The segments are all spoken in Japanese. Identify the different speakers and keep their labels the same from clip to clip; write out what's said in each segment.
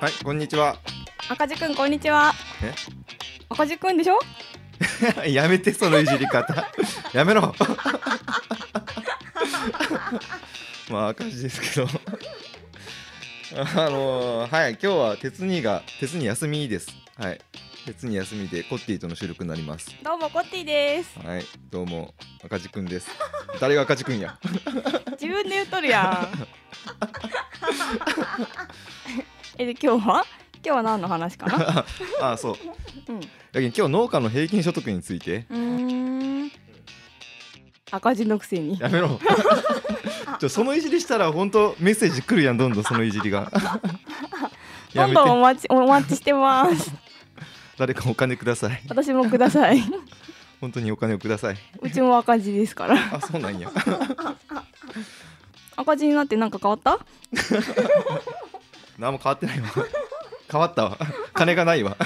Speaker 1: はい、こんにちは。
Speaker 2: 赤字くんこんにちは
Speaker 1: え
Speaker 2: 赤字くんでしょ
Speaker 1: やめて、そのいじり方。 やめろ。まあ、赤字ですけど。 あのーはい、今日は鉄兄が、鉄兄休みです。はい。鉄兄休みで、コッティとの収録になります。
Speaker 2: どうもコッティです
Speaker 1: はい、どうも、赤字くんです。誰が赤字くんや。
Speaker 2: 自分で言っとるやん えで今日は今日は何の話かな
Speaker 1: ああ、そう。
Speaker 2: うんう
Speaker 1: だけど、今日農家の平均所得について。
Speaker 2: ーん赤字のくせに
Speaker 1: やめろ。ちょ、そのいじりしたら、本当メッセージ来るやん、どんどんそのいじりが。
Speaker 2: どんどんお待ちお待ちしてます
Speaker 1: 誰かお金ください。
Speaker 2: 私もください
Speaker 1: 本当にお金をください。
Speaker 2: うちも赤字ですから
Speaker 1: あ、そうなんや。
Speaker 2: 赤字になってなんか変わった
Speaker 1: 何も変わってないわ。変わったわ。金がないわ。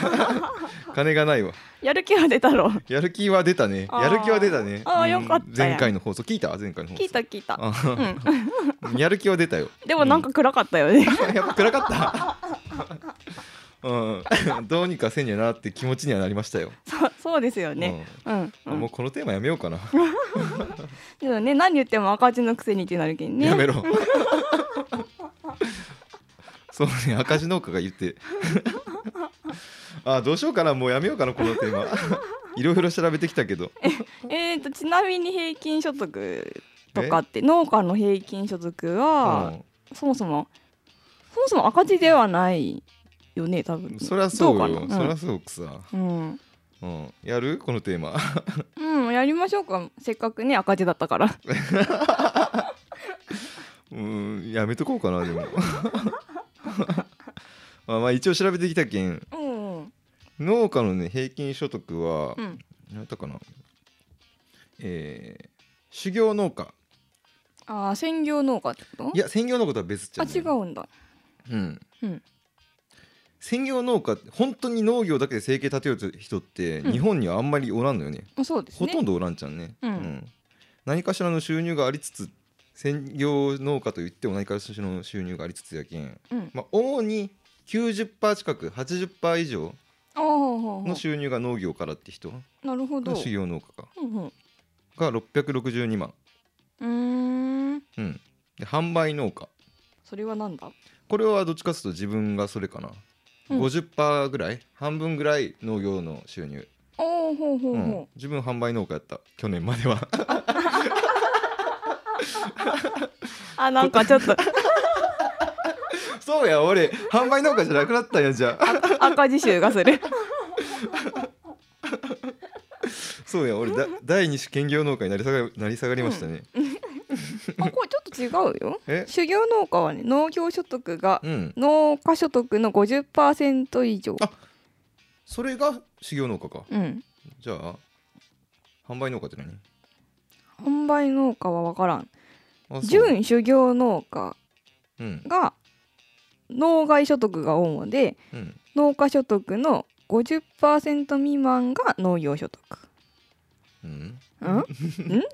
Speaker 1: 金がないわ。
Speaker 2: やる気は出たろ
Speaker 1: やる気は出たね。
Speaker 2: あー
Speaker 1: やる気は出たね。
Speaker 2: あー
Speaker 1: うん
Speaker 2: よかったやん
Speaker 1: 前回の放送聞いた前回の放送
Speaker 2: 聞い。た聞いたう
Speaker 1: あ
Speaker 2: ん
Speaker 1: やる気は出たよ。
Speaker 2: でもなんか暗かったよね
Speaker 1: うん、やっぱ暗かった。うん、どうにかせにゃなって気持ちにはなりましたよ。
Speaker 2: そうそうですよねうん、
Speaker 1: う、
Speaker 2: うんん
Speaker 1: もうこのテーマやめようかな。
Speaker 2: でもね何言っても赤字のくせにってなるけんね
Speaker 1: やめ ろ。そうね、赤字農家が言って。 あ、どうしようかな、もうやめようかな、このテー マ。いろいろ調べてきたけど。
Speaker 2: えー、とちなみに平均所得とかって農家の平均所得は、そもそもそもそも赤字ではないよね多
Speaker 1: う
Speaker 2: 分
Speaker 1: ん、そりゃそう
Speaker 2: ど
Speaker 1: よ
Speaker 2: う、か
Speaker 1: そり
Speaker 2: な
Speaker 1: ゃそうくさ。
Speaker 2: うん、
Speaker 1: うん、やる、このテーマ。
Speaker 2: うんうんやりましょうかせっかくね赤字だっ たから
Speaker 1: うん、やめとこうかな、でも。 まあ、まあ、一応調べてきたけん、
Speaker 2: うんうん
Speaker 1: 農家のね、平均所得は。
Speaker 2: うん
Speaker 1: 何やったかな。えー修行農家。
Speaker 2: ああ専業農家ってこと
Speaker 1: いや、専業のことは別じ
Speaker 2: あ
Speaker 1: ゃない。
Speaker 2: 違うんだ
Speaker 1: うん
Speaker 2: うん
Speaker 1: 専業農家本当に農業だけで生計立てようと人って
Speaker 2: うん
Speaker 1: 日本にはあんまりおらんのよね、
Speaker 2: あそうです
Speaker 1: ほ
Speaker 2: ね
Speaker 1: とんどおらんちゃんね、
Speaker 2: うん
Speaker 1: 何かしらの収入がありつつ専業農家といっても何かしらの収入がありつつやけん、
Speaker 2: うん
Speaker 1: まあ、主に90%近く80%以上
Speaker 2: ああほうほうほ
Speaker 1: の収入が農業からって人
Speaker 2: うなるほど
Speaker 1: が修行農家か
Speaker 2: うんうん
Speaker 1: が662万、
Speaker 2: うーん
Speaker 1: うん、で販売農家
Speaker 2: それはなんだ
Speaker 1: これはどっちかというと自分がそれかな、
Speaker 2: うん
Speaker 1: 50%ぐらい半分ぐらい農業の収入、
Speaker 2: ああほうほう
Speaker 1: うん
Speaker 2: ほ
Speaker 1: 自分販売農家やった去年までは
Speaker 2: う、あなんかちょっと
Speaker 1: そうや俺販売農家じゃなくなったんやじゃあ
Speaker 2: 赤字臭がする
Speaker 1: そうや俺だ第二種兼業農家になり下がなり下がりましたね、
Speaker 2: あこれちょっと違うよ
Speaker 1: え
Speaker 2: 修行農家はね農業所得が
Speaker 1: うん
Speaker 2: 農家所得の50%以上
Speaker 1: あそれが修行農家か
Speaker 2: うん
Speaker 1: じゃあ販売農家って何
Speaker 2: 販売農家は分からん
Speaker 1: あそう
Speaker 2: 準修行農家
Speaker 1: うん
Speaker 2: が農外所得が主で
Speaker 1: うん
Speaker 2: 農家所得の50%未満が農業所得
Speaker 1: うん
Speaker 2: んん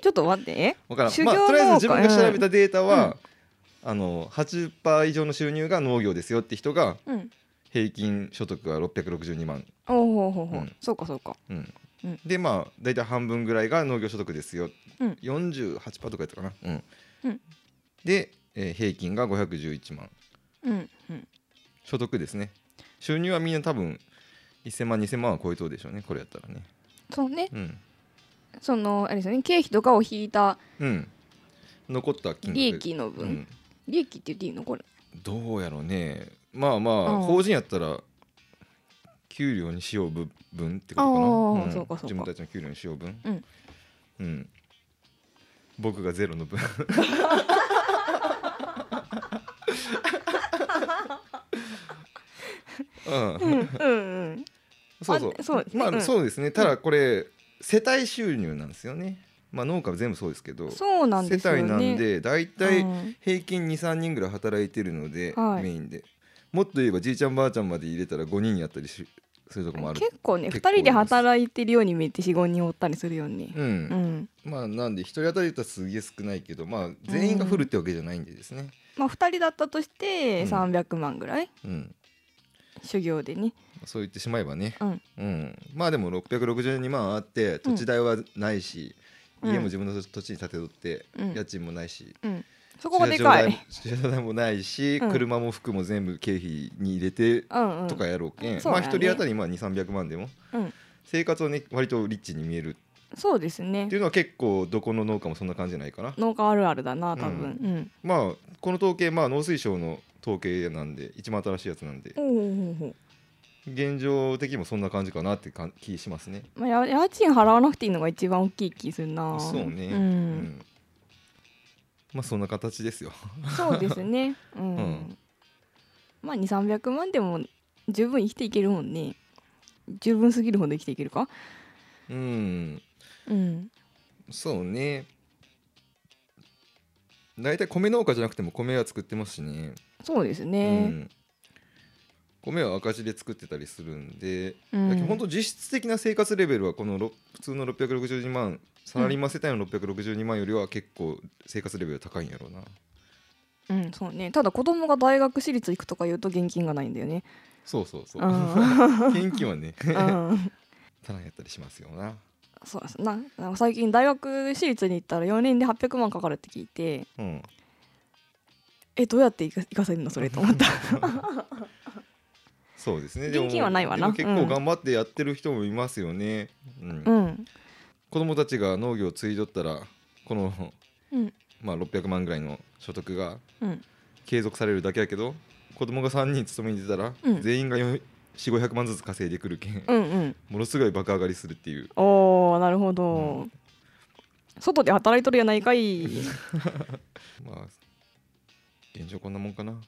Speaker 2: ちょっと待って
Speaker 1: 分からん
Speaker 2: 修行
Speaker 1: まあとりあえず自分が
Speaker 2: 農家
Speaker 1: 調べたデータは、あの80%以上の収入が農業ですよって人が
Speaker 2: うん
Speaker 1: 平均所得が662万
Speaker 2: おうほうほうほう、
Speaker 1: うん
Speaker 2: そうかそうか
Speaker 1: うん
Speaker 2: うん
Speaker 1: でまあ大体半分ぐらいが農業所得ですよ、
Speaker 2: うん
Speaker 1: 48%とかやったかな、うん
Speaker 2: うん
Speaker 1: で、えー平均が511万
Speaker 2: うんうん
Speaker 1: 所得ですね収入はみんな多分1000万2000万は超えとうでしょうねこれやったらね
Speaker 2: そうね
Speaker 1: うん、
Speaker 2: そのあれですよね経費とかを引いた
Speaker 1: うん、残った金額
Speaker 2: 利益の
Speaker 1: う
Speaker 2: 分、
Speaker 1: ん、
Speaker 2: 利益って言っていいのこれ
Speaker 1: どうやろうねまあまあ、
Speaker 2: うん
Speaker 1: 法人やったら給料に使用分分ってことかな、
Speaker 2: あー
Speaker 1: ん
Speaker 2: そうかそうか
Speaker 1: 自分たちの給料に使用分
Speaker 2: うん、
Speaker 1: うん僕がゼロの 分うん、
Speaker 2: うんうん
Speaker 1: そうそう
Speaker 2: あそうですね
Speaker 1: まあ、
Speaker 2: うん
Speaker 1: そうですねただこれ、世帯収入なんですよねまあ農家は全部そうですけど
Speaker 2: そうなんですよね
Speaker 1: 世帯なんで大体、
Speaker 2: うん
Speaker 1: 平均23人ぐらい働いてるので、
Speaker 2: はい
Speaker 1: メインでもっと言えばじいちゃんばあちゃんまで入れたら5人やったりしそういうとこもある
Speaker 2: 結構ね
Speaker 1: 結構
Speaker 2: 2人で働いてるように見えて45人おったりするよね
Speaker 1: う、
Speaker 2: うんん
Speaker 1: まあなんで1人当たりだったらすげえ少ないけどまあ全員がフルってわけじゃないんでですね
Speaker 2: まあ2人だったとして
Speaker 1: うん
Speaker 2: 300万ぐらい
Speaker 1: うん、
Speaker 2: 修行でね
Speaker 1: そう言ってしまえばね、
Speaker 2: うん
Speaker 1: まあでも662万あって土地代はないし、
Speaker 2: うん
Speaker 1: 家も自分の土地に建て取って、
Speaker 2: うん
Speaker 1: 家賃もないし、
Speaker 2: うんそこがでかい
Speaker 1: 駐車場代も駐車場代もないし、
Speaker 2: うん
Speaker 1: 車も服も全部経費に入れて
Speaker 2: うんうん
Speaker 1: とかやろうけん、
Speaker 2: そう
Speaker 1: まあ
Speaker 2: だ
Speaker 1: 1
Speaker 2: ね
Speaker 1: 人当たりまあ2 3 0 0万でも、
Speaker 2: うん
Speaker 1: 生活はね割とリッチに見える
Speaker 2: そうですね
Speaker 1: っていうのは結構どこの農家もそんな感じじゃないかな。
Speaker 2: 農家あるあるだな多分
Speaker 1: まあこの統計まあ農水省の統計なんで一番新しいやつなんで
Speaker 2: うん、うん、ほうほうほうほ
Speaker 1: 現状的にもそんな感じかなって感気しますね。
Speaker 2: うまあや家賃払わなくていいのが一番大きい気するな
Speaker 1: そうね。
Speaker 2: う、
Speaker 1: うんんまあそんな形ですよ。
Speaker 2: そうですねうん、
Speaker 1: うん
Speaker 2: まあ2 3 0 0万でも十分生きていけるもんね十分すぎるほど生きていけるか
Speaker 1: うん、
Speaker 2: うん
Speaker 1: そうね。大体米農家じゃなくても米は作ってますしね。
Speaker 2: そうです
Speaker 1: う
Speaker 2: ね
Speaker 1: ん、米は赤字で作ってたりするんで、
Speaker 2: うん、
Speaker 1: 本当実質的な生活レベルはこのろ普通の662万サラリーマン世帯の662万よりは結構生活レベル高いんやろうな。
Speaker 2: うん、そうねただ子供が大学私立行くとか言うと現金がないんだよね
Speaker 1: そうそうそう
Speaker 2: う。ん、
Speaker 1: 現金はね、
Speaker 2: うん、
Speaker 1: 足らんやったりしますよな。
Speaker 2: そうですななんか最近大学私立に行ったら4年で800万かかるって聞いて
Speaker 1: うん。
Speaker 2: えどうやって行か行かせるのそれと思った
Speaker 1: そうですね。
Speaker 2: 現金はないわな
Speaker 1: でも結構頑張ってやってる人もいますよね。うん。
Speaker 2: うん、
Speaker 1: 子供たちが農業を継いどったらこの
Speaker 2: うん
Speaker 1: まあ600万ぐらいの所得が
Speaker 2: うん、
Speaker 1: 継続されるだけやけど、子供が3人勤めに出たら、
Speaker 2: うん
Speaker 1: 全員が4 4 500万ずつ稼いでくるけん、
Speaker 2: うんうん
Speaker 1: ものすごい爆上がりするっていう。
Speaker 2: おーなるほど、
Speaker 1: う
Speaker 2: 外で働いとるやないかい
Speaker 1: まあ現状こんなもんかな。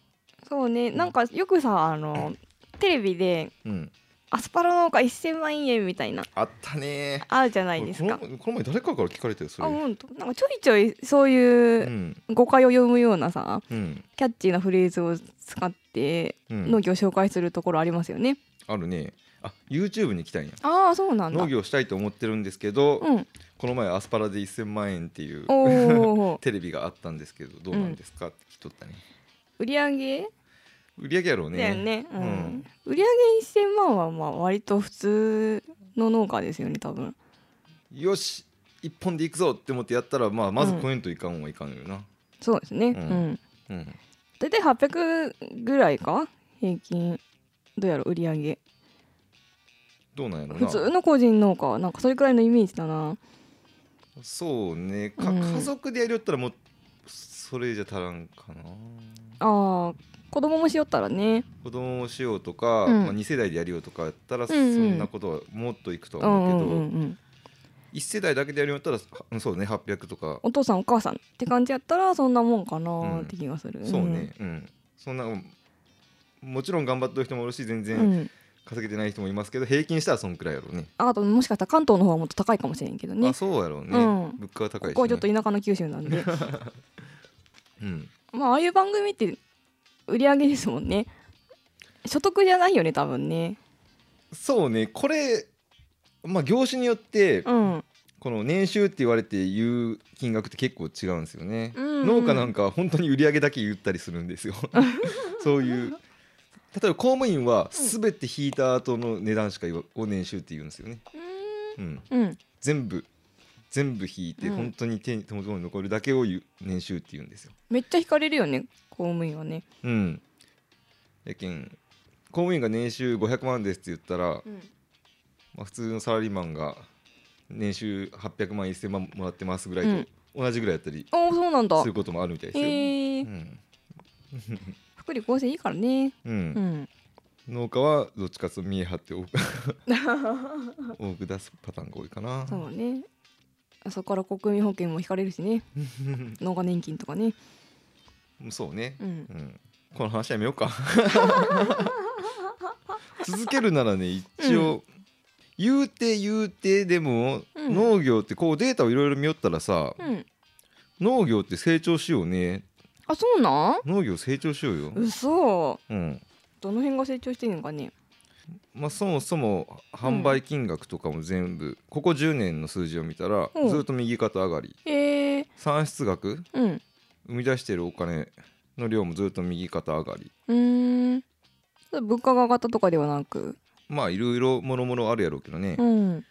Speaker 2: そうねなんかよくさあのテレビで
Speaker 1: うん。
Speaker 2: アスパラ農家1000万円みたいな
Speaker 1: あったね
Speaker 2: あるじゃな
Speaker 1: ー。
Speaker 2: いですか
Speaker 1: このこの前誰かから聞かれたよそ
Speaker 2: あ
Speaker 1: れ。
Speaker 2: 本当なんかちょいちょいそういううん誤解を読むようなさ
Speaker 1: うん
Speaker 2: キャッチーなフレーズを使って
Speaker 1: うん。
Speaker 2: 農業を紹介するところありますよね、
Speaker 1: あるね。あ YouTube に来たんや。
Speaker 2: ああそうなんだ
Speaker 1: 農業したいと思ってるんですけど、
Speaker 2: うん
Speaker 1: この前アスパラで1000万円っていう
Speaker 2: おお
Speaker 1: テレビがあったんですけどどうなんですかって聞きとったね。
Speaker 2: 売り上げ
Speaker 1: 売り上げやろうね。
Speaker 2: だよね、うん
Speaker 1: うん
Speaker 2: 売り上げ1000万はまあ割と普通の農家ですよね多分
Speaker 1: よし一本でいくぞって思ってやったら、まあ、まずコメントいかんはいかんよな。
Speaker 2: そうですね
Speaker 1: うん
Speaker 2: うん
Speaker 1: うん
Speaker 2: 大体800ぐらいか平均どうやろ売り上げ
Speaker 1: どうなんやろう
Speaker 2: 普
Speaker 1: な。
Speaker 2: 通の個人農家はなんかそれくらいのイメージだな
Speaker 1: そうねか、
Speaker 2: うん
Speaker 1: 家族でやりよったらもうそれじゃ足らんかな
Speaker 2: あー子供もしよったらね
Speaker 1: 子供をしようとか、
Speaker 2: うん
Speaker 1: まあ、2世代でやりようとかやったら
Speaker 2: う
Speaker 1: そ
Speaker 2: んうん
Speaker 1: んなことはもっといくと
Speaker 2: う
Speaker 1: は
Speaker 2: んう
Speaker 1: 思うけ
Speaker 2: ん
Speaker 1: ど、
Speaker 2: うんうん
Speaker 1: 1世代だけでやりよったらうんそうね800とか、
Speaker 2: お父さんお母さんって感じやったらそんなもんかなーって気がする、
Speaker 1: そうねうんそんなもちろん頑張ってる人もおるし全
Speaker 2: う
Speaker 1: 然
Speaker 2: ん、
Speaker 1: 稼げてない人もいますけど平均したらそんくらいやろうね
Speaker 2: あともしかしたら関東の方はもっと高いかもしれんけどね
Speaker 1: あそうやろうね、
Speaker 2: うん
Speaker 1: 物価は高いし、ね、
Speaker 2: ここはちょっと田舎の九州なんで
Speaker 1: うん、
Speaker 2: まあああいう番組って売り上げですもんね所得じゃないよね多分ね
Speaker 1: そうねこれまあ業種によって、
Speaker 2: うん
Speaker 1: この年収って言われて言う金額って結構違うんですよね、
Speaker 2: うんうん
Speaker 1: 農家なんかは本当に売り上げだけ言ったりするんです よそういう例えば公務員は全て引いた後の値段しか言わを年収って言うんですよね、うん、
Speaker 2: うん
Speaker 1: 全部全部引いて
Speaker 2: うん
Speaker 1: 本当に手に手元に残るだけを言う年収って言うんですよ、
Speaker 2: めっちゃ引かれるよね公務員はね、
Speaker 1: うん、やけん公務員が年収500万ですって言ったら、まあ、普通のサラリーマンが年収800万1000万もらってますぐらいと同じぐらいやったり
Speaker 2: おおそうなんだ
Speaker 1: することもあるみたいですよ。
Speaker 2: へえ
Speaker 1: うん
Speaker 2: 福利厚生いいからね
Speaker 1: う、
Speaker 2: うんん
Speaker 1: 農家はどっちかというと見え張って多く 多く出すパターンが多いかな。
Speaker 2: そうねあそこから国民保険も引かれるし ね農家年金とかね
Speaker 1: そうね、
Speaker 2: うん
Speaker 1: うんこの話やめよう か。続けるならね一応、言うて言うてでも、
Speaker 2: うん
Speaker 1: 農業ってこうデータをいろいろ見よったらさ、
Speaker 2: うん
Speaker 1: 農業って成長しようね
Speaker 2: あそうなん
Speaker 1: 農業成長しようよ。
Speaker 2: 嘘
Speaker 1: うん
Speaker 2: どの辺が成長してんのかね
Speaker 1: まあ、そもそも販売金額とかも全部、ここ10年の数字を見たら、
Speaker 2: うん
Speaker 1: ずっと右肩上がり
Speaker 2: へえ
Speaker 1: 産出額
Speaker 2: うん
Speaker 1: 生み出してるお金の量もずっと右肩上がり
Speaker 2: うーんそれ物価が上がったとかではなく、
Speaker 1: まあいろいろもろもろあるやろうけどね
Speaker 2: う、ん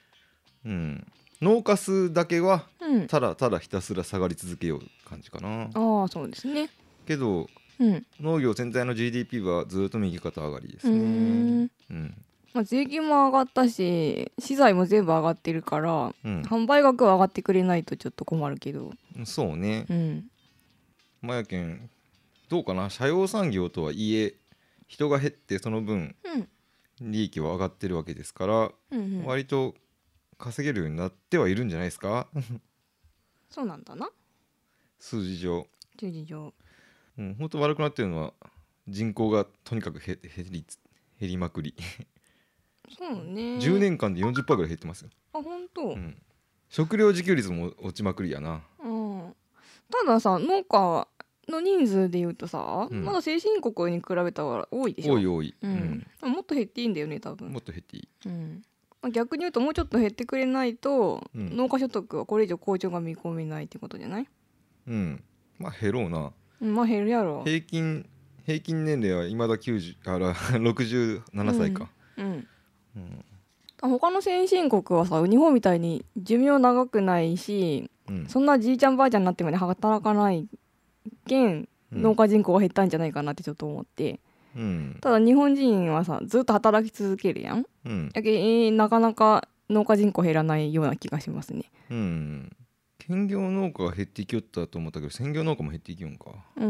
Speaker 1: うん農家数だけは
Speaker 2: うん、
Speaker 1: ただただひたすら下がり続けよう感じかな
Speaker 2: ああそうですね。
Speaker 1: けど
Speaker 2: うん、う
Speaker 1: 農業全体の GDP はずっと右肩上がりです
Speaker 2: ー
Speaker 1: ね
Speaker 2: ん
Speaker 1: うん
Speaker 2: まあ、税金も上がったし資材も全部上がってるから
Speaker 1: うん
Speaker 2: 販売額は上がってくれないとちょっと困るけど、
Speaker 1: そうね
Speaker 2: うん、
Speaker 1: まやけんどうかな社用産業とはいえ人が減ってその分
Speaker 2: うん
Speaker 1: 利益は上がってるわけですから、
Speaker 2: うんうん、
Speaker 1: 割と稼げるようになってはいるんじゃないですか
Speaker 2: そうなんだな
Speaker 1: 数字上、
Speaker 2: 十字上
Speaker 1: うん、ほんと悪くなってるのは人口がとにかく減減りつ減りまくり、
Speaker 2: そうね
Speaker 1: 10年間で40%ぐらい減ってますよ、
Speaker 2: あ本当、
Speaker 1: うん、食料自給率も落ちまくりやな
Speaker 2: うん、たださ農家の人数で言うとさ、
Speaker 1: うん
Speaker 2: まだ先進国に比べたら多いでしょ
Speaker 1: 多い多い、
Speaker 2: うんもっと減っていいんだよね多分
Speaker 1: もっと減っていい
Speaker 2: うんまあ逆に言うともうちょっと減ってくれないと、
Speaker 1: うん
Speaker 2: 農家所得はこれ以上向上が見込めないってことじゃない、
Speaker 1: うんまあ減ろうな
Speaker 2: うん、まあ減るやろ
Speaker 1: 平均平均年齢はいまだ90あら 67歳か、
Speaker 2: うん
Speaker 1: うん
Speaker 2: 他の先進国はさ日本みたいに寿命長くないし
Speaker 1: うん
Speaker 2: そんなじいちゃんばあちゃんになってまで働かないけん
Speaker 1: うん
Speaker 2: 農家人口が減ったんじゃないかなってちょっと思って、
Speaker 1: うん
Speaker 2: ただ日本人はさずっと働き続けるやん
Speaker 1: うん
Speaker 2: やけ、えーなかなか農家人口減らないような気がしますね
Speaker 1: うん兼業農家が減っていきよったと思ったけど専業農家も減っていきよんか
Speaker 2: うんう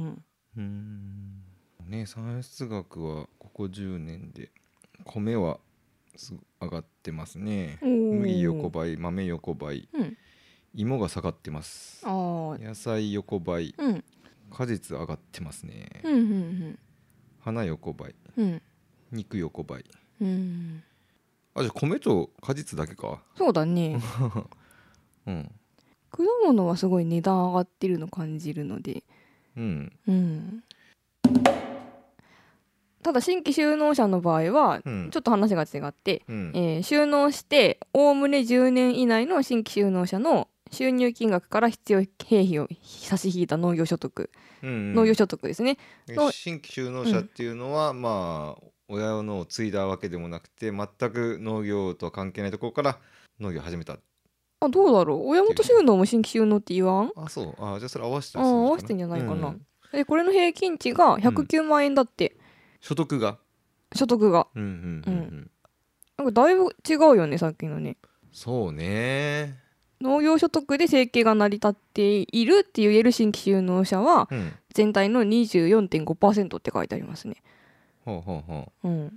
Speaker 2: ん
Speaker 1: うんね産出額はここ10年で米はすご上がってますね
Speaker 2: うんおー
Speaker 1: 麦横ばい豆横ばい
Speaker 2: うん
Speaker 1: 芋が下がってます
Speaker 2: あー
Speaker 1: 野菜横ばい
Speaker 2: うん
Speaker 1: 果実上がってますね
Speaker 2: うんうん
Speaker 1: 花横ばい
Speaker 2: うんうん
Speaker 1: 肉横ばい
Speaker 2: うん
Speaker 1: あじゃあ米と果実だけか
Speaker 2: そうだね
Speaker 1: うん
Speaker 2: 果物はすごい値段上がってるの感じるので
Speaker 1: うん
Speaker 2: うんただ新規就農者の場合は
Speaker 1: うん
Speaker 2: ちょっと話が違って、
Speaker 1: うん
Speaker 2: えー就農しておおむね10年以内の新規就農者の収入金額から必要経費を差し引いた農業所得、
Speaker 1: うんうん
Speaker 2: 農業所得ですね。
Speaker 1: で
Speaker 2: の
Speaker 1: 新規就農者っていうのは、まあ親のを継いだわけでもなくて全く農業とは関係ないところから農業始めた
Speaker 2: あどうだろう親元就農も新規就農って言わん
Speaker 1: あそうあじゃあそれ合わせて
Speaker 2: ああ合わせてんじゃないかな、
Speaker 1: うん
Speaker 2: えこれの平均値が109万円だって、
Speaker 1: 所得が
Speaker 2: 所得が
Speaker 1: うんうんうん、うん
Speaker 2: うなんかだいぶ違うよねさっきのね
Speaker 1: そうね
Speaker 2: 農業所得で生計が成り立っているって言える新規就農者は
Speaker 1: うん
Speaker 2: 全体の24.5%って書いてありますね。
Speaker 1: ほうほうほ
Speaker 2: うん、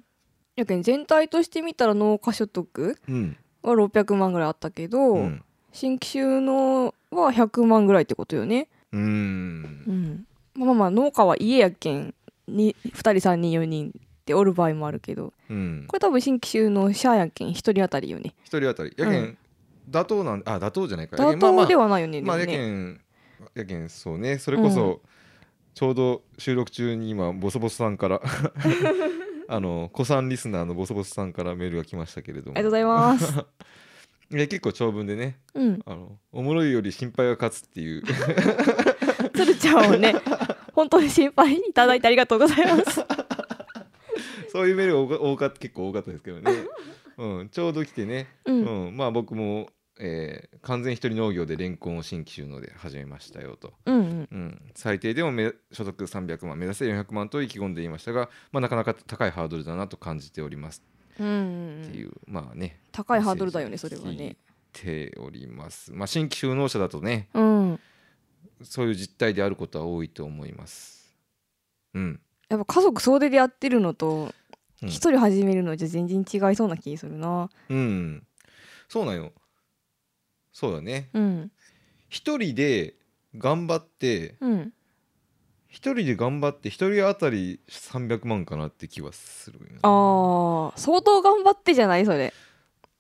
Speaker 2: やけん全体として見たら農家所得
Speaker 1: ううん
Speaker 2: は600万ぐらいあったけど、
Speaker 1: うん
Speaker 2: 新規収納は100万ぐらいってことよね。
Speaker 1: うーん
Speaker 2: うん、まあまあまあ農家は家やけんに2人3人4人っておる場合もあるけど
Speaker 1: うん
Speaker 2: これ多分新規収納者やけん1人当たりよね。
Speaker 1: 一人当たりやけん、
Speaker 2: う
Speaker 1: 妥当なんあ妥当じゃないか
Speaker 2: 妥当ではないよね。
Speaker 1: まあ、まあ、や
Speaker 2: でも
Speaker 1: け
Speaker 2: ね
Speaker 1: んやけんそうねそれこそ、
Speaker 2: う
Speaker 1: ちょうど収録中に今ボソボソさんから あの子さんリスナーのボソボソさんからメールが来ましたけれども
Speaker 2: ありがとうございます。
Speaker 1: いや結構長文でね
Speaker 2: うん
Speaker 1: あのおもろいより心配が勝つっていう
Speaker 2: 鶴ちゃんをね本当に心配いただいてありがとうございます。
Speaker 1: そういうメールが多か多かった結構多かったですけどね、うん、ちょうど来てね、
Speaker 2: う、
Speaker 1: うんんまあ僕も、えー完全一人農業でレンコンを新規収納で始めましたよと。
Speaker 2: うん、うん、
Speaker 1: うん、最低でもめ所得300万目指せ400万と意気込んでいましたが、まあ、なかなか高いハードルだなと感じております
Speaker 2: うんうん、
Speaker 1: っていう、まあね
Speaker 2: 高いハードルだよね、それはね。
Speaker 1: 聞いております、まあ、新規就農者だとね
Speaker 2: うん、
Speaker 1: そういう実態であることは多いと思いますうん
Speaker 2: やっぱ家族総出でやってるのと
Speaker 1: うん
Speaker 2: 一人始めるのじゃ全然違いそうな気するな。
Speaker 1: うんそうなんよそうだね
Speaker 2: うん、
Speaker 1: 一人で頑張って
Speaker 2: うん、
Speaker 1: 一人で頑張って一人当たり300万かなって気はするよ
Speaker 2: あー相当頑張ってじゃないそれ。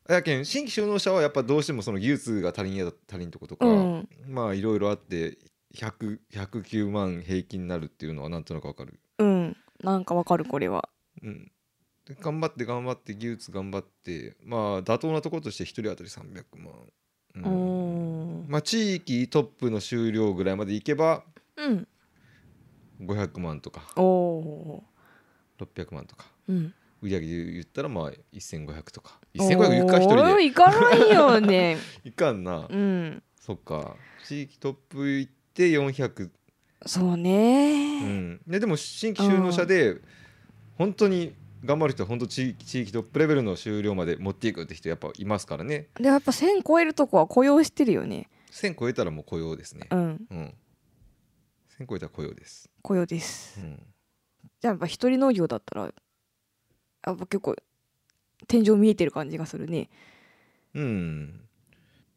Speaker 1: やけん新規就農者はやっぱどうしてもその技術が足りんや足りんとことか、
Speaker 2: うん、
Speaker 1: まあいろいろあって100 109万平均になるっていうのはなんとなくわかる、
Speaker 2: うん、なんかわかるこれは。
Speaker 1: うん、で頑張って頑張って技術頑張ってまあ妥当なところとして1人当たり300
Speaker 2: う
Speaker 1: 万、うん
Speaker 2: ん、
Speaker 1: まあ、地域トップの終了ぐらいまでいけば
Speaker 2: うん、
Speaker 1: 500万とか
Speaker 2: おお、
Speaker 1: 600万とか
Speaker 2: うん
Speaker 1: 売り上げで言ったらまあ1500とか
Speaker 2: お
Speaker 1: 1500いくか一人
Speaker 2: ー
Speaker 1: で
Speaker 2: いかないよね
Speaker 1: いかんな
Speaker 2: うん
Speaker 1: そっか地域トップ行って400
Speaker 2: そう
Speaker 1: う
Speaker 2: ね、
Speaker 1: んねでも新規就農者で本当に頑張る人は本当地域地域トップレベルの終了まで持っていくって人やっぱいますからね
Speaker 2: でやっぱ1000超えるとこは雇用してるよね
Speaker 1: 1000超えたらもう雇用ですね
Speaker 2: うん
Speaker 1: うん1000超えたら雇用です
Speaker 2: 雇用です
Speaker 1: うん
Speaker 2: じゃあやっぱ一人農業だったらやっぱ結構天井見えてる感じがするね
Speaker 1: うん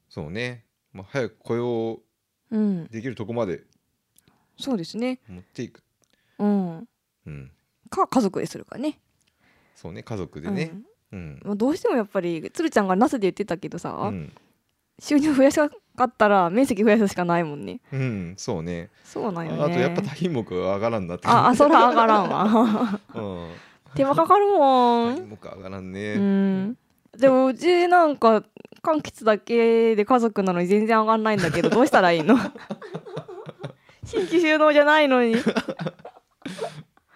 Speaker 1: そうねまあ早く雇用
Speaker 2: うん
Speaker 1: できるとこまで
Speaker 2: そうですね
Speaker 1: 持っていく
Speaker 2: うん
Speaker 1: うん
Speaker 2: か家族でするかね
Speaker 1: そうね家族でねう
Speaker 2: うん
Speaker 1: ん
Speaker 2: まあ、どうしてもやっぱりつるちゃんがナスで言ってたけど
Speaker 1: う
Speaker 2: さ、
Speaker 1: ん
Speaker 2: 収入増やしたかったら面積増やすしかないもんね
Speaker 1: うんそうね
Speaker 2: そうなんよね
Speaker 1: あとやっぱ多品目が上がらんなって
Speaker 2: ああそら上がらんわ
Speaker 1: うん
Speaker 2: 手間かかるも
Speaker 1: 多
Speaker 2: ん
Speaker 1: 品目上がらんね
Speaker 2: うんでもうちなんか柑橘だけで家族なのに全然上がんないんだけどどうしたらい いの新規収納じゃないのに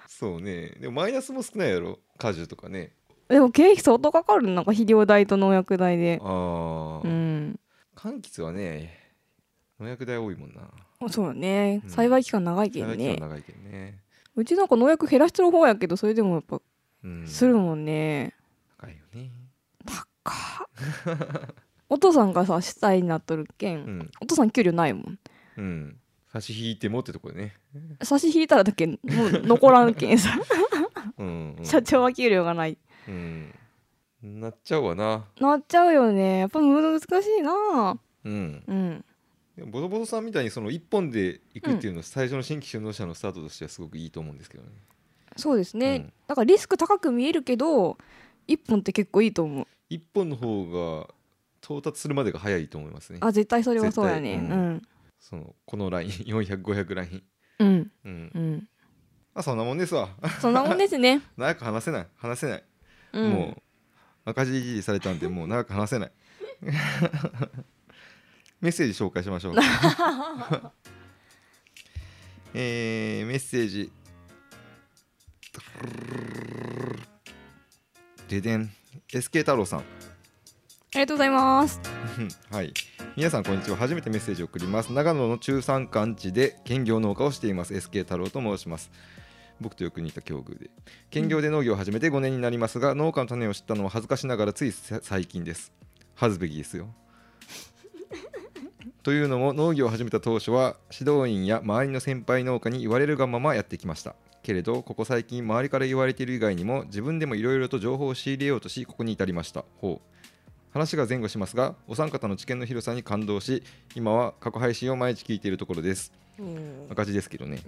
Speaker 1: そうねでもマイナスも少ないやろ果樹とかね
Speaker 2: でも経費相当かかるのなんか肥料代と農薬代で
Speaker 1: ああ、
Speaker 2: うん
Speaker 1: 柑橘はね農薬代多いもんな
Speaker 2: そうだね
Speaker 1: うん
Speaker 2: 栽培期間長いけど
Speaker 1: 栽培期
Speaker 2: ね
Speaker 1: 間長いけどね、
Speaker 2: うちなんか農薬減らしてる方やけどそれでもやっぱ
Speaker 1: うん、
Speaker 2: するもんね
Speaker 1: 高いよね
Speaker 2: かお父さんがさ主体になっとるけん、
Speaker 1: うん
Speaker 2: お父さん給料ないもん
Speaker 1: うん差し引いてもってとこでね
Speaker 2: 差し引いたらだけもう残らんけんさ
Speaker 1: うん、うん、
Speaker 2: 社長は給料がない
Speaker 1: うんなっちゃうわな
Speaker 2: なっちゃうよねやっぱ難しいな
Speaker 1: うん
Speaker 2: うん
Speaker 1: でもボドボドさんみたいにその一本で行くっていうのは最初の新規就農者のスタートとしてはすごくいいと思うんですけどね
Speaker 2: そうですね、
Speaker 1: うん
Speaker 2: だからリスク高く見えるけど一本って結構いいと思う
Speaker 1: 一本の方が到達するまでが早いと思いますね
Speaker 2: あ絶対それはそうやね
Speaker 1: 絶
Speaker 2: う
Speaker 1: 対うんそのこのライン400500ライン
Speaker 2: うん
Speaker 1: うん
Speaker 2: うん
Speaker 1: あそんなもんですわ
Speaker 2: そんなもんですね
Speaker 1: 長く話せない話せない
Speaker 2: うん
Speaker 1: もう赤字いじりされたんでもう長く話 せないメッセージ紹介し ましょうえー、メッセージででん SK 太郎さん
Speaker 2: ありがとうございます
Speaker 1: うんはい、皆さんこんにちは初めてメッセージを送ります長野の中山間地で兼業農家をしています SK 太郎と申します僕とよく似た境遇で兼業で農業を始めて5年になりますが、農家の種を知ったのは恥ずかしながらついさ最近です恥ずべきですよというのも農業を始めた当初は指導員や周りの先輩農家に言われるがままやってきましたけれどここ最近周りから言われている以外にも自分でもいろいろと情報を仕入れようとしここに至りましたほう話が前後しますがお三方の知見の広さに感動し今は過去配信を毎日聞いているところです赤字ですけどね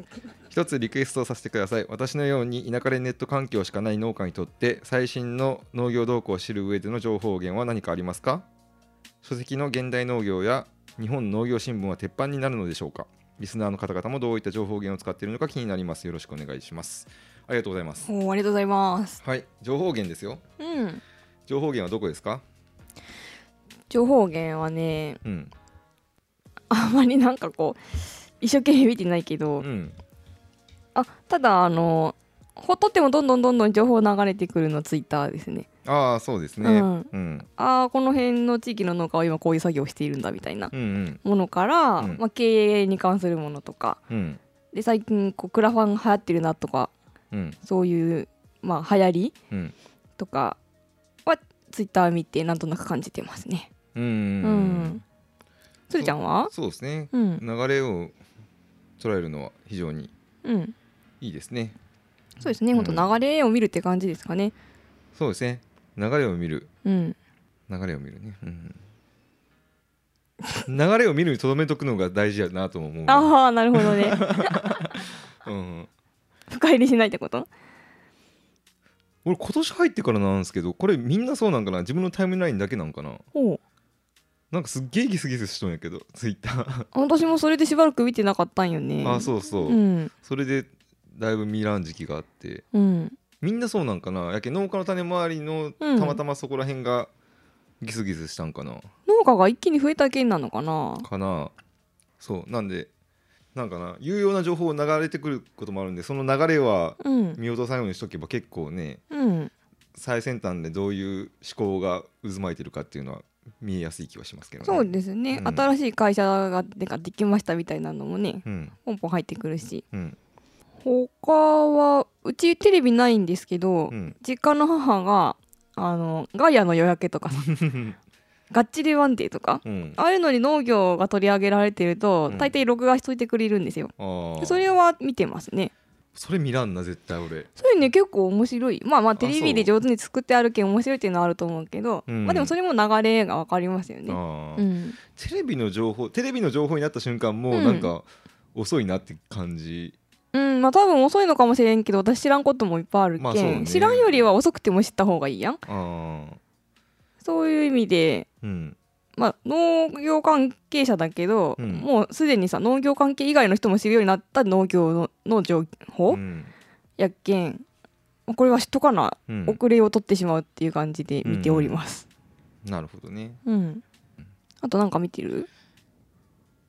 Speaker 1: 一つリクエストをさせてください私のように田舎でネット環境しかない農家にとって最新の農業動向を知る上での情報源は何かありますか書籍の現代農業や日本農業新聞は鉄板になるのでしょうかリスナーの方々もどういった情報源を使っているのか気になりますよろしくお願いしますありがとうございます
Speaker 2: おありがとうございます
Speaker 1: はい情報源ですよ
Speaker 2: うん
Speaker 1: 情報源はどこですか
Speaker 2: 情報源はね
Speaker 1: うん
Speaker 2: あんまりなんかこう一生懸命見てないけど、
Speaker 1: うん
Speaker 2: あただあのほっとってもどんどんどんどん情報流れてくるのツイッターですね
Speaker 1: ああそうですね
Speaker 2: うん
Speaker 1: うん
Speaker 2: ああこの辺の地域の農家は今こういう作業をしているんだみたいな
Speaker 1: うんうん
Speaker 2: ものから、
Speaker 1: うん
Speaker 2: まあ、経営に関するものとか
Speaker 1: うん
Speaker 2: で最近こうクラファン流行ってるなとか
Speaker 1: うん
Speaker 2: そういう、まあ、流行り
Speaker 1: うん
Speaker 2: とかはツイッター見てなんとなく感じてますね
Speaker 1: う
Speaker 2: うんん、つるちゃんは
Speaker 1: そうですね
Speaker 2: うん
Speaker 1: 流れを捉えるのは非常に
Speaker 2: うん
Speaker 1: いいですね
Speaker 2: そうですね
Speaker 1: う
Speaker 2: ほ
Speaker 1: ん
Speaker 2: んと流れを見るって感じですかね
Speaker 1: そうですね流れを見る
Speaker 2: うん
Speaker 1: 流れを見るね、うん、流れを見るにとどめとくのが大事やなとも思う、
Speaker 2: ああなるほどね
Speaker 1: うん、
Speaker 2: 深入りしないってこと
Speaker 1: 俺今年入ってからなんですけどこれみんなそうなんかな自分のタイムラインだけなんかな
Speaker 2: おう
Speaker 1: なんかすっげえギスギスしとんやけどツイッター
Speaker 2: 私もそれでしばらく見てなかったんよね
Speaker 1: あそうそう、
Speaker 2: うん
Speaker 1: それでだいぶ見らん時期があって
Speaker 2: うん
Speaker 1: みんなそうなんかなやけ農家の種周りの
Speaker 2: うん
Speaker 1: たまたまそこら辺がギスギスしたんかな、
Speaker 2: 農家が一気に増えた件なのかな
Speaker 1: かなそうなんでなんかな有用な情報を流れてくることもあるんでその流れは
Speaker 2: うん
Speaker 1: 見落とさないようにしとけば結構ね
Speaker 2: うん
Speaker 1: 最先端でどういう思考が渦巻いてるかっていうのは見えやすい気はしますけどね。
Speaker 2: そうですね、
Speaker 1: うん
Speaker 2: 新しい会社がでかできましたみたいなのもね
Speaker 1: うん
Speaker 2: ポンポン入ってくるし
Speaker 1: うん
Speaker 2: 他はうちテレビないんですけど、
Speaker 1: うん
Speaker 2: 実家の母があのガイアの夜明 けとかさがっちりワンデーとか
Speaker 1: うん
Speaker 2: ああいうのに農業が取り上げられてると、
Speaker 1: うん
Speaker 2: 大体録画しといてくれるんですよ
Speaker 1: あー
Speaker 2: それは見てますね
Speaker 1: それ見らんな絶対俺。
Speaker 2: それね結構面白いまあまあテレ
Speaker 1: そ
Speaker 2: ビ
Speaker 1: う
Speaker 2: で上手に作ってあるけん面白いっていうのはあると思うけど、
Speaker 1: うん
Speaker 2: まあでもそれも流れが分かりますよね
Speaker 1: あー
Speaker 2: うん、
Speaker 1: テレビの情報テレビの情報になった瞬間も
Speaker 2: う
Speaker 1: うんなんか遅いなって感じ、
Speaker 2: うん、まあ多分遅いのかもしれんけど私知らんこともいっぱいあるけん、
Speaker 1: まあそうね
Speaker 2: 知らんよりは遅くても知った方がいいやん
Speaker 1: あ
Speaker 2: そういう意味で
Speaker 1: ーうん
Speaker 2: まあ農業関係者だけど、
Speaker 1: うん
Speaker 2: もうすでにさ農業関係以外の人も知るようになった農業のの情報、
Speaker 1: うん
Speaker 2: やっけんまあこれは知っとかな
Speaker 1: うん
Speaker 2: 遅れを取ってしまうっていう感じで見ております。
Speaker 1: なるほどね
Speaker 2: うん、あとなんか見てる？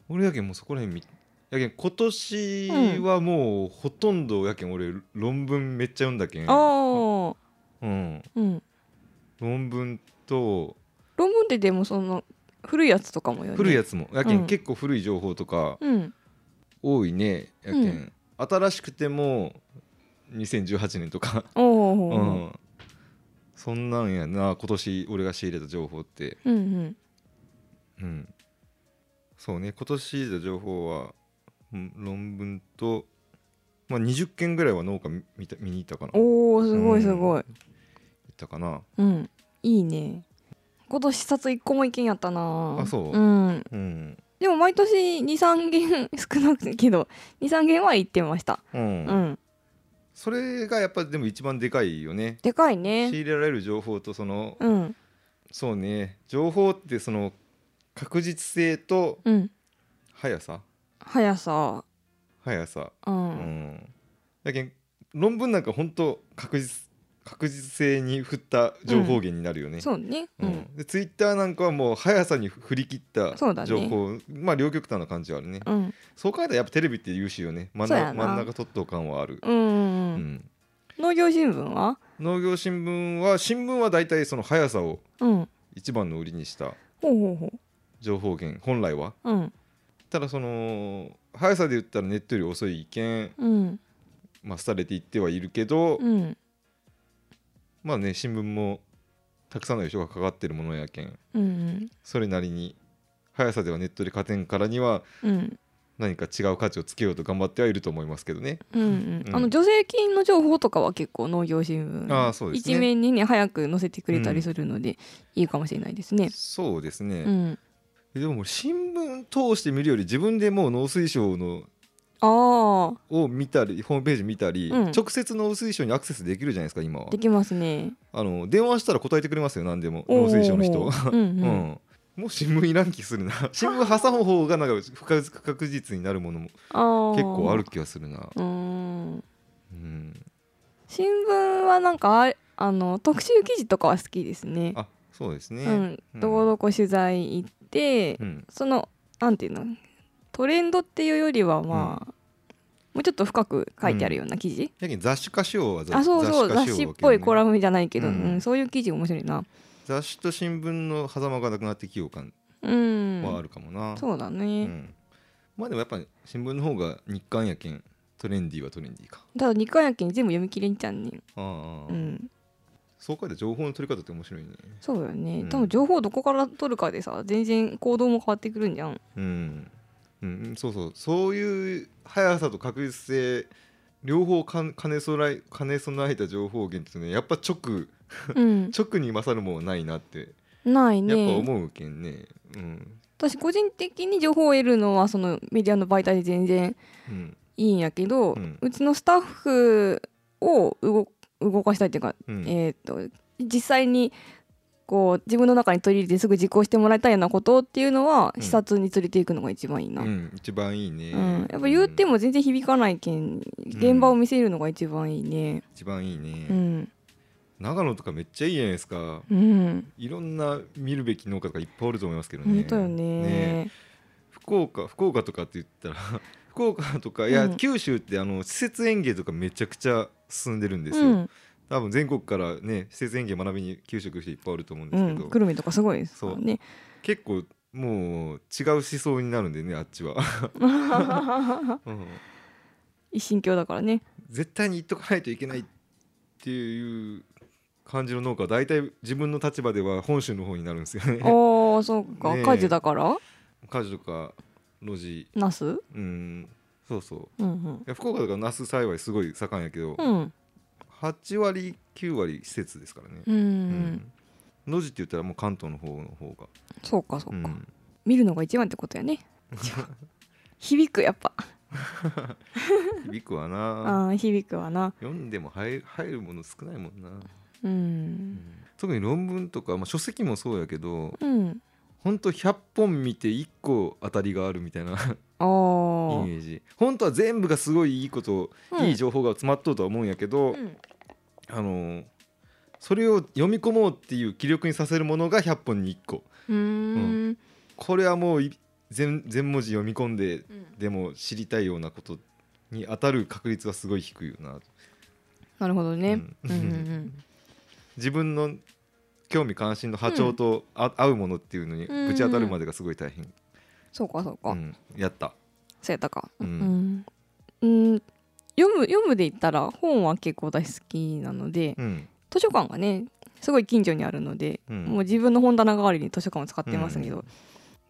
Speaker 1: 俺やけんもうそこら辺みやけん今年はもうほとんどやけん俺論文めっちゃ読んだけん、
Speaker 2: ああ、
Speaker 1: うん、
Speaker 2: うん。
Speaker 1: 論文と
Speaker 2: 論文ってでもその古いやつとかもよね。
Speaker 1: 古い
Speaker 2: つ。
Speaker 1: やつもやけ
Speaker 2: うん
Speaker 1: ん結構古い情報とか
Speaker 2: うん。
Speaker 1: 多いねやけん、
Speaker 2: うん
Speaker 1: 新しくても2018年とか、
Speaker 2: おお。
Speaker 1: う
Speaker 2: うん
Speaker 1: ん、そんなんやな今年俺が仕入れた情報って
Speaker 2: うん。
Speaker 1: うん、そうね今年の情報は、うん論文と、まあ、20件ぐらいは農家見見た見に行ったかな行っ
Speaker 2: おおすごいすごい。
Speaker 1: たかな
Speaker 2: うん。いいね。今年視察一個も意見やったな。
Speaker 1: あそう
Speaker 2: うん。
Speaker 1: うん、
Speaker 2: でも毎年二三件少なくてけど二三件は行ってました。
Speaker 1: うん
Speaker 2: うん。
Speaker 1: それがやっぱでも一番でかいよね
Speaker 2: でかい
Speaker 1: 仕
Speaker 2: ね。
Speaker 1: 入れられる情報とその、
Speaker 2: うん。
Speaker 1: そうね情報ってその確実性と
Speaker 2: うん。
Speaker 1: 速さ
Speaker 2: 速さ。
Speaker 1: 速さ
Speaker 2: う。
Speaker 1: うんんだけん論文なんか本当確実確実性に振った情報源になるよね、
Speaker 2: そうね。
Speaker 1: う
Speaker 2: うん
Speaker 1: ん、でツイッターなんかはもう速さに振り切った
Speaker 2: そうだね
Speaker 1: 情報、まあ両極端な感じはあるね、
Speaker 2: うん
Speaker 1: そう考えたらやっぱテレビって優秀よね真ん
Speaker 2: そうやな
Speaker 1: 中真ん中取っとう感はある、
Speaker 2: うんうんう、
Speaker 1: うんん
Speaker 2: 農業新聞は
Speaker 1: 農業新聞は新聞は大体その速さを
Speaker 2: うん
Speaker 1: 一番の売りにした
Speaker 2: ほうほうほ
Speaker 1: 情報源本来は
Speaker 2: ううん
Speaker 1: ただその速さで言ったらネットより遅い意見、
Speaker 2: うん
Speaker 1: まあ、廃れていってはいるけど、
Speaker 2: うん
Speaker 1: まあね新聞もたくさんの人がかかってるものやけん
Speaker 2: うん
Speaker 1: それなりに速さではネットで勝てんからには
Speaker 2: うん
Speaker 1: 何か違う価値をつけようと頑張ってはいると思いますけどね。
Speaker 2: うん
Speaker 1: うん
Speaker 2: あの助成金の情報とかは結構農業新聞
Speaker 1: あーそうですね
Speaker 2: 一面にね早く載せてくれたりするので、いいかもしれないですね。
Speaker 1: そうですね、
Speaker 2: うん、
Speaker 1: でも新聞通して見るより自分でもう農水省の
Speaker 2: あ
Speaker 1: を見たりホームページ見たり、
Speaker 2: うん
Speaker 1: 直接農水省にアクセスできるじゃないですか今は
Speaker 2: あできますね。
Speaker 1: あの電話したら答えてくれますよ何でも農水省の人
Speaker 2: お
Speaker 1: は
Speaker 2: ー うん
Speaker 1: う
Speaker 2: うん
Speaker 1: んもう新聞いらん気する な新聞挟む方がなんか不確実になるものも
Speaker 2: あー
Speaker 1: 結構ある気がするな、
Speaker 2: うん
Speaker 1: うん、
Speaker 2: 新聞はなんかあれあの特集記事とかは好きですね。
Speaker 1: あそうですね、
Speaker 2: うん、どこどこ取材行って、
Speaker 1: うん
Speaker 2: そのなんていうのトレンドっていうよりはまあ、もうちょっと深く書いてあるような記事、
Speaker 1: やけん雑誌化しようは雑
Speaker 2: あそうそう
Speaker 1: 化
Speaker 2: 雑
Speaker 1: しよ
Speaker 2: 誌っ
Speaker 1: は
Speaker 2: ぽい
Speaker 1: けんね
Speaker 2: コラムじゃないけど、う
Speaker 1: うんん
Speaker 2: そういう記事面白いな
Speaker 1: 雑誌と新聞の狭間がなくなってきよう感
Speaker 2: うん、
Speaker 1: はあるかもな、
Speaker 2: そうだ
Speaker 1: う
Speaker 2: ね、
Speaker 1: ん、まあでもやっぱ新聞の方が日刊やけんトレンディーはトレンディーか
Speaker 2: ただ肉やけに全部読み切れんちゃんね
Speaker 1: ああ、
Speaker 2: うん
Speaker 1: そう書いた情報の取り方って面白いね
Speaker 2: そうだよね、
Speaker 1: うん
Speaker 2: 多分情報どこから取るかでさ全然行動も変わってくるんじゃん
Speaker 1: うん、うん、そうそうそういう速さと確実性両方かん兼ね備え兼ね備えた情報源ってねやっぱ直
Speaker 2: うん
Speaker 1: 直に勝るものはないなって
Speaker 2: ない
Speaker 1: やっぱ
Speaker 2: ね
Speaker 1: 思うけんねうん
Speaker 2: 私個人的に情報を得るのはそのメディアの媒体で全然
Speaker 1: うん
Speaker 2: いいんやけど、
Speaker 1: う
Speaker 2: うんちのスタッフを動動かしたいっていうか、
Speaker 1: うん
Speaker 2: えーっと実際にこう自分の中に取り入れてすぐ実行してもらいたいようなことっていうのは
Speaker 1: うん
Speaker 2: 視察に連れていくのが一番いいな、
Speaker 1: う
Speaker 2: うん
Speaker 1: ん、一番いいね、
Speaker 2: やっぱ言って
Speaker 1: も
Speaker 2: も全然響かないけん現場を見せるのが一番いいね
Speaker 1: 一番いいね、
Speaker 2: うん
Speaker 1: 長野とかめっちゃいいじゃないですか
Speaker 2: うん、
Speaker 1: いろんな見るべき農家とかいっぱいおると思いますけどね
Speaker 2: 本当よね
Speaker 1: ね福岡福岡とかって言ったら 福岡とかいや、九州ってあの施設園芸とかめちゃくちゃ進んでるんですよ、
Speaker 2: うん
Speaker 1: 多分全国からね施設園芸学びに九州来る人いっぱいあると思うんで
Speaker 2: う
Speaker 1: すけ
Speaker 2: ん
Speaker 1: ど、
Speaker 2: くるみとかすごいですからね
Speaker 1: 結構もう違う思想になるんでねあっちは、 うん
Speaker 2: 一神教だからね
Speaker 1: 絶対に言っとかないといけないっていう感じの農家は大体自分の立場では本州の方になるんですよね。
Speaker 2: ああそうか
Speaker 1: ねえ
Speaker 2: 果樹だから
Speaker 1: 果樹とか路地
Speaker 2: ナスうん
Speaker 1: うんそうそうい
Speaker 2: うん
Speaker 1: や福岡とかナス幸いすごい盛んやけど、
Speaker 2: うん
Speaker 1: 8割9割施設ですからね。
Speaker 2: う
Speaker 1: うん路地って言ったらもう関東の方の方が、
Speaker 2: そうかそううか
Speaker 1: ん、
Speaker 2: 見るのが一番ってことやね 響くやっぱ
Speaker 1: 響くわな
Speaker 2: あー響くわな
Speaker 1: 読んでも入る入るもの少ないもんな、
Speaker 2: う
Speaker 1: うんん特に論文とか、まあ、書籍もそうやけど
Speaker 2: うん
Speaker 1: ほんと100本見て1個当たりがあるみたいな
Speaker 2: あ
Speaker 1: イメ
Speaker 2: ー
Speaker 1: ージ本当は全部がすごいいいこと、
Speaker 2: うん
Speaker 1: いい情報が詰まっとうとは思うんやけど、
Speaker 2: うん
Speaker 1: あのーそれを読み込もうっていう気力にさせるものが100本に1個
Speaker 2: うーん
Speaker 1: これはもうい全全文字読み込んで
Speaker 2: うん
Speaker 1: でも知りたいようなことに当たる確率はすごい低いよな、
Speaker 2: なるほどね
Speaker 1: うん
Speaker 2: うんうんうん
Speaker 1: 自分の興味関心の波長とあ、合うものっていうのに
Speaker 2: うんうん
Speaker 1: ぶち当たるまでがすごい大変、
Speaker 2: そうかそう
Speaker 1: うん
Speaker 2: か
Speaker 1: やった
Speaker 2: そうやったか
Speaker 1: う
Speaker 2: うんんうん読む読むで言ったら本は結構私好きなので
Speaker 1: うん
Speaker 2: 図書館がねすごい近所にあるので
Speaker 1: うん
Speaker 2: もう自分の本棚代わりに図書館を使ってますけど、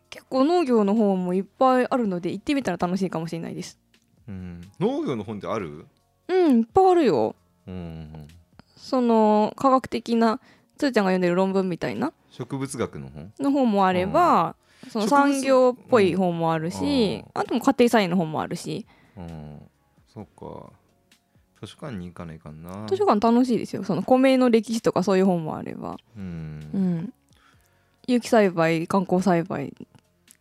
Speaker 2: 結構農業の方もいっぱいあるので行ってみたら楽しいかもしれないです
Speaker 1: うん農業の本ってある、
Speaker 2: うんいっぱいあるよ
Speaker 1: うん、
Speaker 2: その科学的なつーちゃんが読んでる論文みたいな
Speaker 1: 植物学の本
Speaker 2: の本もあれば、その
Speaker 1: 植物
Speaker 2: 産業っぽい本もあるし、
Speaker 1: うん
Speaker 2: あとも家庭菜園の本もあるし
Speaker 1: うん、そうか。図書館に行かないかんな。
Speaker 2: 図書館楽しいですよその米の歴史とかそういう本もあれば、
Speaker 1: う。
Speaker 2: うんん、有機栽培観光栽培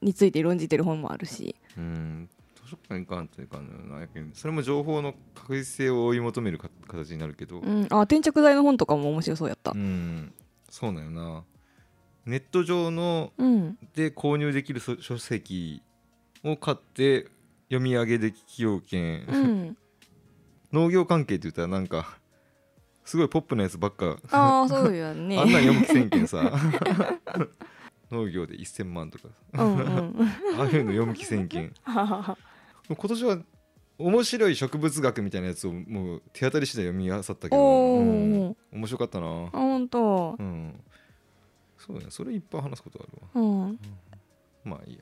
Speaker 2: について論じてる本もあるし
Speaker 1: うん。図書館に行かんといかんのよな。やけんそれも情報の確実性を追い求めるか形になるけど。
Speaker 2: うん、あ転着剤の本とかも面白そうやった
Speaker 1: う。ん。そうなんよな。ネット上の
Speaker 2: うん、
Speaker 1: で購入できるそ書籍を買って読み上げできようけん、
Speaker 2: うん、
Speaker 1: 農業関係って言ったらなんかすごいポップなやつばっか、
Speaker 2: ああそうや
Speaker 1: あん
Speaker 2: ね。
Speaker 1: なん読む気せんけん さ 農業で1000万とか
Speaker 2: うん うん。
Speaker 1: ああいうの読む気せんけ ん今年は面白い植物学みたいなやつをもう手当たり次第読み漁ったけど、
Speaker 2: おお、
Speaker 1: うん面白かったな
Speaker 2: あ、本当
Speaker 1: う。ん、そうだねそれいっぱい話すことあるわ
Speaker 2: うん、
Speaker 1: まあいいや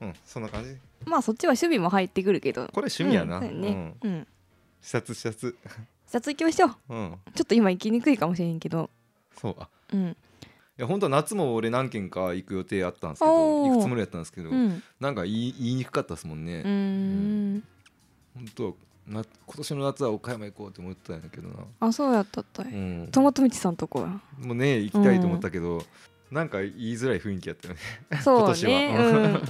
Speaker 1: うんそんな感じ
Speaker 2: まあそっちは守備も入ってくるけど。
Speaker 1: これ趣味やな、
Speaker 2: うんそううんね。うん。
Speaker 1: 視察視察
Speaker 2: さあ行きましょう。
Speaker 1: うん
Speaker 2: ちょっと今行きにくいかもしれんけど。
Speaker 1: そうあ
Speaker 2: うん。
Speaker 1: いや本当は夏も俺何軒か行く予定あったんですけど
Speaker 2: おー
Speaker 1: 行くつもりやったんですけど、
Speaker 2: うん。
Speaker 1: なんか言い言いにくかったですもんね、
Speaker 2: うーん。
Speaker 1: 本当はな今年の夏は岡山行こうって思ってたんやけどな、
Speaker 2: あそうやったったい。
Speaker 1: うん、
Speaker 2: トマトミチさんとこや。
Speaker 1: もうね行きたいと思ったけど、なんか言いづらい雰囲気やったよね。
Speaker 2: そうね。うん。なん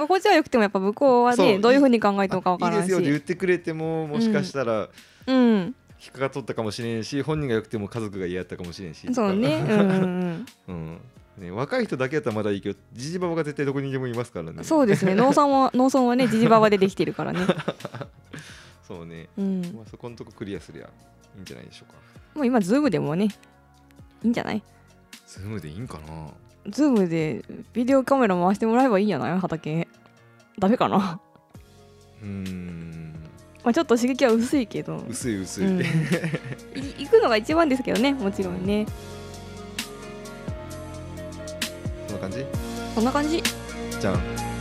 Speaker 2: かこっちは良くてもやっぱ向こうは
Speaker 1: そう
Speaker 2: ねどういうふうに考えてるかわ
Speaker 1: あ
Speaker 2: か
Speaker 1: いい
Speaker 2: ら
Speaker 1: で
Speaker 2: ん
Speaker 1: すよって言っ
Speaker 2: し。
Speaker 1: てくれてももしかしたら
Speaker 2: うん。
Speaker 1: 引っかかっとったかもしれんし、本人がよくても家族が嫌やったかもしれんし
Speaker 2: そうね。うんうん
Speaker 1: うんね若い人だけやったらまだいいけどじじばばが絶対どこにでもいますから
Speaker 2: う
Speaker 1: ね
Speaker 2: ん。そうですね。農村は農村はねジジババでできてるからね。
Speaker 1: そうね、
Speaker 2: うん。
Speaker 1: まあ、そこのとこクリアすりゃいいんじゃないでしょうか
Speaker 2: もう今、ズームでもね、いいんじゃない
Speaker 1: ズームでいいんかな
Speaker 2: ズームでビデオカメラ回してもらえばいいんじゃない畑。ダメかな
Speaker 1: うーん
Speaker 2: まあちょっと刺激は薄いけど、
Speaker 1: 薄い薄
Speaker 2: う
Speaker 1: い、
Speaker 2: ん、い行くのが一番ですけどね、もちろんね。
Speaker 1: そんな感じ
Speaker 2: そんな感じ。
Speaker 1: じゃん